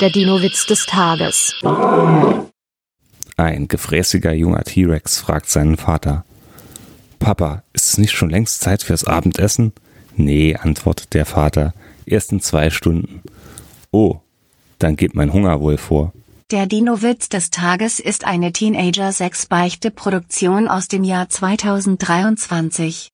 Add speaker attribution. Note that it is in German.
Speaker 1: Der Dino-Witz des Tages.
Speaker 2: Ein gefräßiger junger T-Rex fragt seinen Vater. Papa, ist es nicht schon längst Zeit fürs Abendessen? Nee, antwortet der Vater, erst in zwei Stunden. Oh, dann geht mein Hunger wohl vor.
Speaker 3: Der Dino-Witz des Tages ist eine Teenager-6-Beichte-Produktion aus dem Jahr 2023.